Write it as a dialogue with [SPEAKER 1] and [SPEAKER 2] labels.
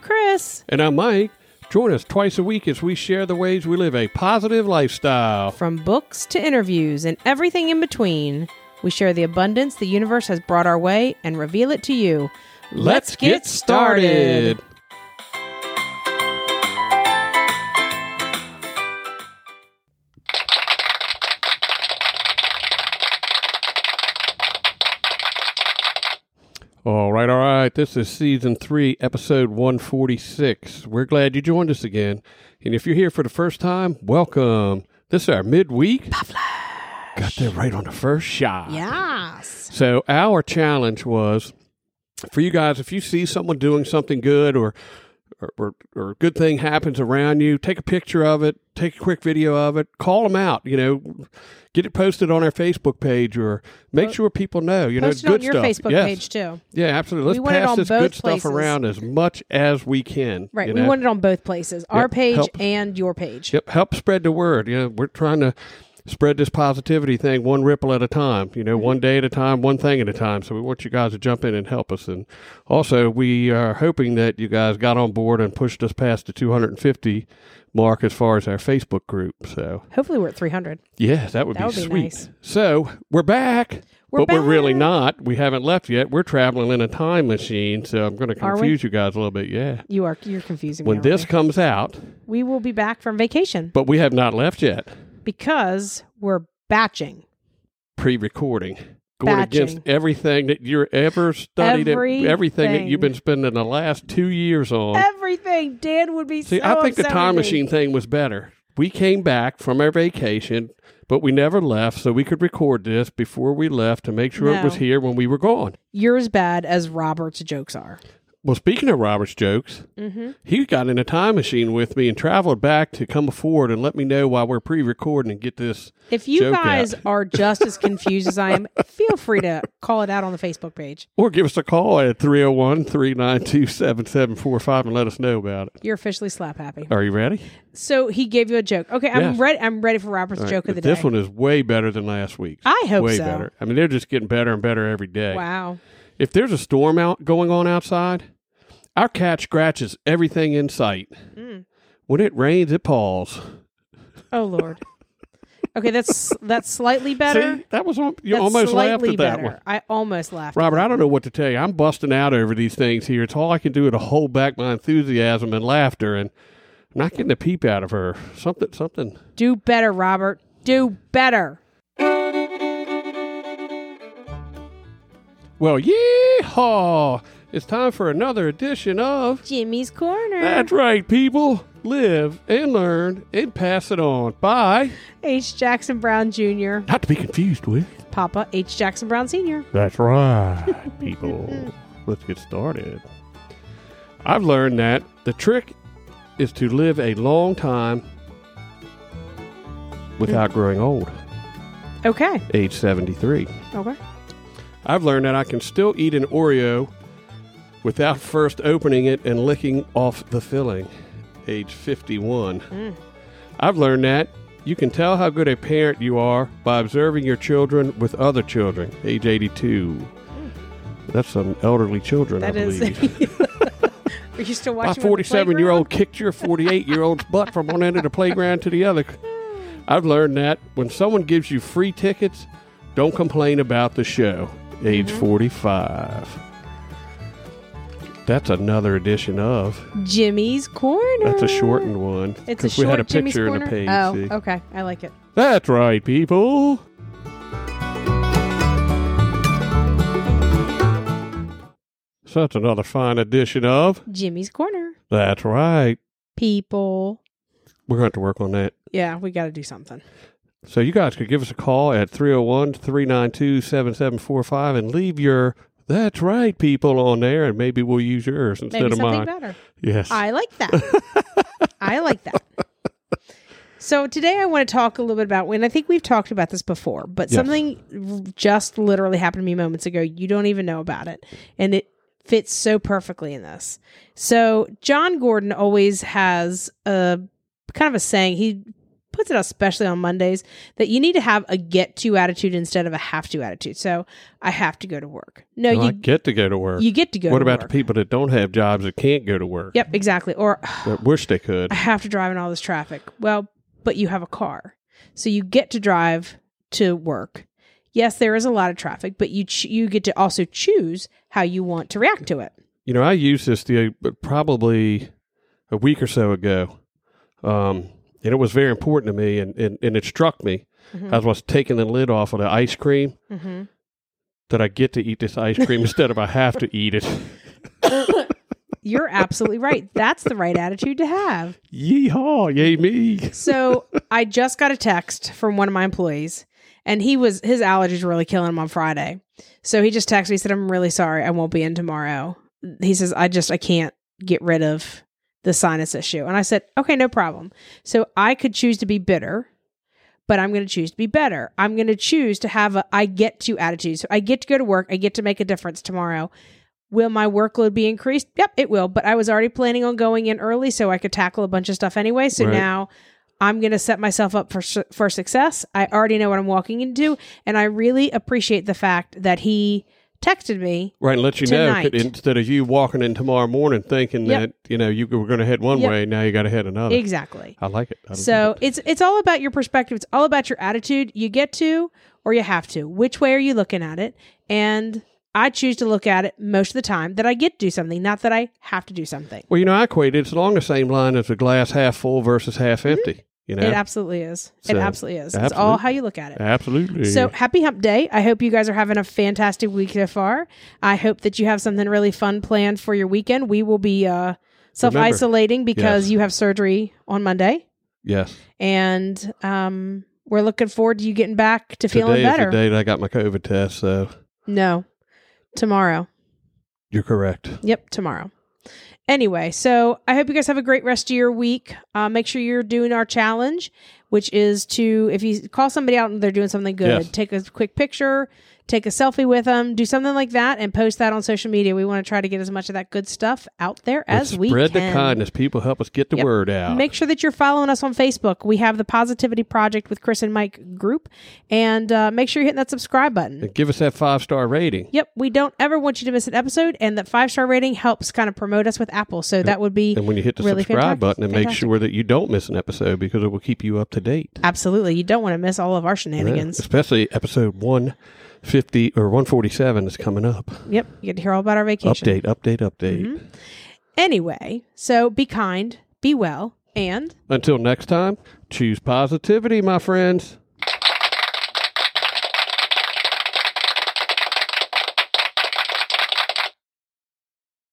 [SPEAKER 1] Chris
[SPEAKER 2] And I'm Mike. Join us twice a week as we share the ways we live a positive lifestyle.
[SPEAKER 1] from books to interviews and everything in between. We share the abundance the universe has brought our way and reveal it to you.
[SPEAKER 2] Let's get started. All right, all right. This is season three, episode 146. We're glad you joined us again. And if you're here for the first time, welcome. This is our midweek. Got there right on the first shot.
[SPEAKER 1] Yes.
[SPEAKER 2] So our challenge was for you guys if you see someone doing something good or or, or, or a good thing happens around you, take a picture of it, take a quick video of it, call them out, you know, get it posted on our Facebook page or make sure people know, you
[SPEAKER 1] Post it
[SPEAKER 2] know,
[SPEAKER 1] on
[SPEAKER 2] good
[SPEAKER 1] your
[SPEAKER 2] stuff.
[SPEAKER 1] Facebook
[SPEAKER 2] Yes.
[SPEAKER 1] page too.
[SPEAKER 2] Yeah, absolutely. Let's
[SPEAKER 1] We want it
[SPEAKER 2] pass
[SPEAKER 1] on
[SPEAKER 2] this
[SPEAKER 1] both
[SPEAKER 2] good
[SPEAKER 1] places.
[SPEAKER 2] stuff around as much as we can.
[SPEAKER 1] Right.
[SPEAKER 2] you
[SPEAKER 1] We
[SPEAKER 2] know?
[SPEAKER 1] want it on both places our
[SPEAKER 2] Yep,
[SPEAKER 1] page
[SPEAKER 2] help.
[SPEAKER 1] and your page.
[SPEAKER 2] Yep, help spread the word. You know, we're trying to spread this positivity thing one ripple at a time. You know,
[SPEAKER 1] Mm-hmm.
[SPEAKER 2] one day at a time, one thing at a time. So we want you guys to jump in and help us. And also, we are hoping that you guys got on board and pushed us past the 250 mark as far as our Facebook group. So
[SPEAKER 1] Hopefully, we're at 300.
[SPEAKER 2] yeah, that would
[SPEAKER 1] That would
[SPEAKER 2] be
[SPEAKER 1] be
[SPEAKER 2] sweet.
[SPEAKER 1] nice.
[SPEAKER 2] So we're back.
[SPEAKER 1] We're
[SPEAKER 2] but we're really
[SPEAKER 1] back.
[SPEAKER 2] not. We haven't left yet. We're traveling in a time machine, so I'm going to
[SPEAKER 1] Are we?
[SPEAKER 2] confuse you guys a little bit. Yeah.
[SPEAKER 1] You are you're confusing me.
[SPEAKER 2] When this
[SPEAKER 1] already.
[SPEAKER 2] comes out,
[SPEAKER 1] we will be back from vacation
[SPEAKER 2] but we have not left yet.
[SPEAKER 1] because we're batching
[SPEAKER 2] pre-recording going
[SPEAKER 1] Batching.
[SPEAKER 2] against everything that you're ever studied everything, everything that
[SPEAKER 1] Everything.
[SPEAKER 2] you've been spending the last two years on
[SPEAKER 1] everything. Dan would be.
[SPEAKER 2] Oh. see
[SPEAKER 1] so
[SPEAKER 2] i think the
[SPEAKER 1] upset
[SPEAKER 2] time
[SPEAKER 1] with me.
[SPEAKER 2] machine thing was better we came back from our vacation but we never left so we could record this before we left to make sure it was
[SPEAKER 1] No.
[SPEAKER 2] here when we were gone
[SPEAKER 1] You're as bad as Robert's jokes are.
[SPEAKER 2] well speaking of robert's jokes
[SPEAKER 1] Mm-hmm.
[SPEAKER 2] he got in a time machine with me and traveled back to come forward and let me know why we're pre-recording and get this
[SPEAKER 1] If you
[SPEAKER 2] Joke out.
[SPEAKER 1] guys are just as confused as I am, feel free to call it out on the Facebook page.
[SPEAKER 2] or give us a call at 301-392-7745 and let us know about it
[SPEAKER 1] You're officially slap happy.
[SPEAKER 2] are you ready
[SPEAKER 1] So he gave you a joke. Okay, I'm
[SPEAKER 2] Yes.
[SPEAKER 1] ready. I'm ready for Robert's
[SPEAKER 2] All right,
[SPEAKER 1] joke of the
[SPEAKER 2] but
[SPEAKER 1] day.
[SPEAKER 2] This one is way better than last week.
[SPEAKER 1] I hope
[SPEAKER 2] way
[SPEAKER 1] so.
[SPEAKER 2] better. I mean, they're just getting better and better every day.
[SPEAKER 1] Wow.
[SPEAKER 2] If there's a storm out going on outside, our cat scratches everything in sight.
[SPEAKER 1] Mm.
[SPEAKER 2] When it rains, it paws.
[SPEAKER 1] Oh Lord. Okay, that's that's slightly better.
[SPEAKER 2] See, that was on, you
[SPEAKER 1] That's
[SPEAKER 2] almost laughed
[SPEAKER 1] slightly
[SPEAKER 2] at that
[SPEAKER 1] better.
[SPEAKER 2] one.
[SPEAKER 1] I almost laughed.
[SPEAKER 2] Robert, I don't know what to tell you. I'm busting out over these things here. It's all I can do to hold back my enthusiasm and laughter, and I'm not getting a peep out of her. Something, something.
[SPEAKER 1] Do better, Robert. Do better.
[SPEAKER 2] Well, yeehaw! It's time for another edition of
[SPEAKER 1] Jimmy's corner.
[SPEAKER 2] That's right, people. Live and learn and pass it on by
[SPEAKER 1] H. Jackson Brown Jr.
[SPEAKER 2] not to be confused with.
[SPEAKER 1] Papa H. Jackson Brown Sr.
[SPEAKER 2] That's right, people. Let's get started. I've learned that the trick is to live a long time without growing old,
[SPEAKER 1] Okay.
[SPEAKER 2] age 73.
[SPEAKER 1] Okay.
[SPEAKER 2] I've learned that I can still eat an Oreo without first opening it and licking off the filling. Age 51.
[SPEAKER 1] Mm.
[SPEAKER 2] I've learned that you can tell how good a parent you are by observing your children with other children. Age 82. That's some elderly children,
[SPEAKER 1] Mm. That
[SPEAKER 2] I
[SPEAKER 1] is.
[SPEAKER 2] believe.
[SPEAKER 1] Are you still
[SPEAKER 2] My
[SPEAKER 1] watching?
[SPEAKER 2] 47 year old kicked your 48 year old's butt from one end of the playground to the other. I've learned that when someone gives you free tickets, don't complain about the show. Age
[SPEAKER 1] Mm-hmm.
[SPEAKER 2] 45. That's another edition of.
[SPEAKER 1] Jimmy's corner.
[SPEAKER 2] That's a shortened one.
[SPEAKER 1] It's a
[SPEAKER 2] 'cause
[SPEAKER 1] short
[SPEAKER 2] we had a
[SPEAKER 1] Jimmy's
[SPEAKER 2] picture in
[SPEAKER 1] corner.
[SPEAKER 2] the page.
[SPEAKER 1] oh,
[SPEAKER 2] see?
[SPEAKER 1] okay. I like it.
[SPEAKER 2] That's right, people. So that's another fine edition of.
[SPEAKER 1] Jimmy's corner.
[SPEAKER 2] That's right.
[SPEAKER 1] People.
[SPEAKER 2] We're going to have to work on that.
[SPEAKER 1] Yeah, we got to do something.
[SPEAKER 2] So you guys could give us a call at 301 392 7745 and leave your That's Right people on there, and maybe we'll use yours instead
[SPEAKER 1] Maybe
[SPEAKER 2] of
[SPEAKER 1] something
[SPEAKER 2] mine.
[SPEAKER 1] better.
[SPEAKER 2] Yes.
[SPEAKER 1] I like that. I like that. So today I want to talk a little bit about when I think we've talked about this before, but
[SPEAKER 2] Yes.
[SPEAKER 1] something just literally happened to me moments ago. You don't even know about it, and it fits so perfectly in this. So John Gordon always has a kind of a saying. He puts it out especially on Mondays that you need to have a get to attitude instead of a have to attitude. So I have to go to work. No,
[SPEAKER 2] I
[SPEAKER 1] you
[SPEAKER 2] get to go to work.
[SPEAKER 1] you get to go.
[SPEAKER 2] what
[SPEAKER 1] to
[SPEAKER 2] about
[SPEAKER 1] work.
[SPEAKER 2] the people that don't have jobs that can't go to work?
[SPEAKER 1] Yep, exactly. Or
[SPEAKER 2] That wish they could.
[SPEAKER 1] I have to drive in all this traffic. Well, but you have a car. So you get to drive to work. Yes, there is a lot of traffic, but you ch- you get to also choose how you want to react to it.
[SPEAKER 2] You know, I used this the but probably a week or so ago, um, and it was very important to me, and and, and it struck me
[SPEAKER 1] Mhm.
[SPEAKER 2] as I was taking the lid off of the ice cream
[SPEAKER 1] Mhm.
[SPEAKER 2] that I get to eat this ice cream instead of I have to eat it.
[SPEAKER 1] You're absolutely right. That's the right attitude to have.
[SPEAKER 2] Yeehaw! Yay me!
[SPEAKER 1] So I just got a text from one of my employees, and he was his allergies were really killing him on Friday. So he just texted me, said, I'm really sorry, I won't be in tomorrow. He says, I just I can't get rid of the sinus issue. And I said, Okay, no problem. So I could choose to be bitter, but I'm gonna choose to be better. I'm gonna choose to have a I get to attitude. So I get to go to work, I get to make a difference tomorrow. Will my workload be increased? Yep, it will. But I was already planning on going in early so I could tackle a bunch of stuff anyway. So
[SPEAKER 2] Right.
[SPEAKER 1] now I'm going to set myself up for su- for success. I already know what I'm walking into, and I really appreciate the fact that he texted me.
[SPEAKER 2] Right, and let you know
[SPEAKER 1] Tonight.
[SPEAKER 2] c- instead of you walking in tomorrow morning thinking
[SPEAKER 1] Yep.
[SPEAKER 2] that you know you were going to head one
[SPEAKER 1] Yep.
[SPEAKER 2] way, now you got to head another.
[SPEAKER 1] Exactly.
[SPEAKER 2] I like it. I like
[SPEAKER 1] So
[SPEAKER 2] it.
[SPEAKER 1] it's it's all about your perspective. It's all about your attitude. You get to or you have to. Which way are you looking at it? And I choose to look at it most of the time that I get to do something, not that I have to do something.
[SPEAKER 2] well, you know, I equate it. It's along the same line as the glass half full versus half empty. You know,
[SPEAKER 1] Mm-hmm. It absolutely is. it
[SPEAKER 2] So,
[SPEAKER 1] absolutely is. It's all
[SPEAKER 2] absolutely.
[SPEAKER 1] how you look at it.
[SPEAKER 2] absolutely.
[SPEAKER 1] So happy hump day. I hope you guys are having a fantastic week so far. I hope that you have something really fun planned for your weekend. We will be uh, self isolating because
[SPEAKER 2] Yes.
[SPEAKER 1] you have surgery on Monday.
[SPEAKER 2] yes,
[SPEAKER 1] And um, we're looking forward to you getting back to feeling
[SPEAKER 2] today
[SPEAKER 1] better.
[SPEAKER 2] is the day that I got my COVID test. So
[SPEAKER 1] No, tomorrow.
[SPEAKER 2] you're correct.
[SPEAKER 1] Yep, tomorrow. Anyway, so I hope you guys have a great rest of your week. Uh, make sure you're doing our challenge, which is to, if you call somebody out and they're doing something good,
[SPEAKER 2] Yes.
[SPEAKER 1] take a quick picture, take a selfie with them, do something like that, and post that on social media. We want to try to get as much of that good stuff out there
[SPEAKER 2] And
[SPEAKER 1] as we
[SPEAKER 2] spread
[SPEAKER 1] can.
[SPEAKER 2] the kindness. People help us get the
[SPEAKER 1] Yep.
[SPEAKER 2] word out.
[SPEAKER 1] Make sure that you're following us on Facebook. We have the Positivity Project with Chris and Mike group, and uh, make sure you're hitting that subscribe button.
[SPEAKER 2] and give us that five star rating.
[SPEAKER 1] Yep, we don't ever want you to miss an episode, and that five star rating helps kind of promote us with Apple. So that would be
[SPEAKER 2] And when you hit the
[SPEAKER 1] really fantastic-
[SPEAKER 2] subscribe button, and make
[SPEAKER 1] fantastic.
[SPEAKER 2] sure that you don't miss an episode because it will keep you up to date.
[SPEAKER 1] absolutely. You don't want to miss all of our
[SPEAKER 2] Yeah,
[SPEAKER 1] shenanigans.
[SPEAKER 2] especially episode one fifty or one forty seven is coming up.
[SPEAKER 1] Yep, you get to hear all about our vacation.
[SPEAKER 2] Update, update, update.
[SPEAKER 1] Anyway, so be kind, be well, and
[SPEAKER 2] Until next time, choose positivity, my friends.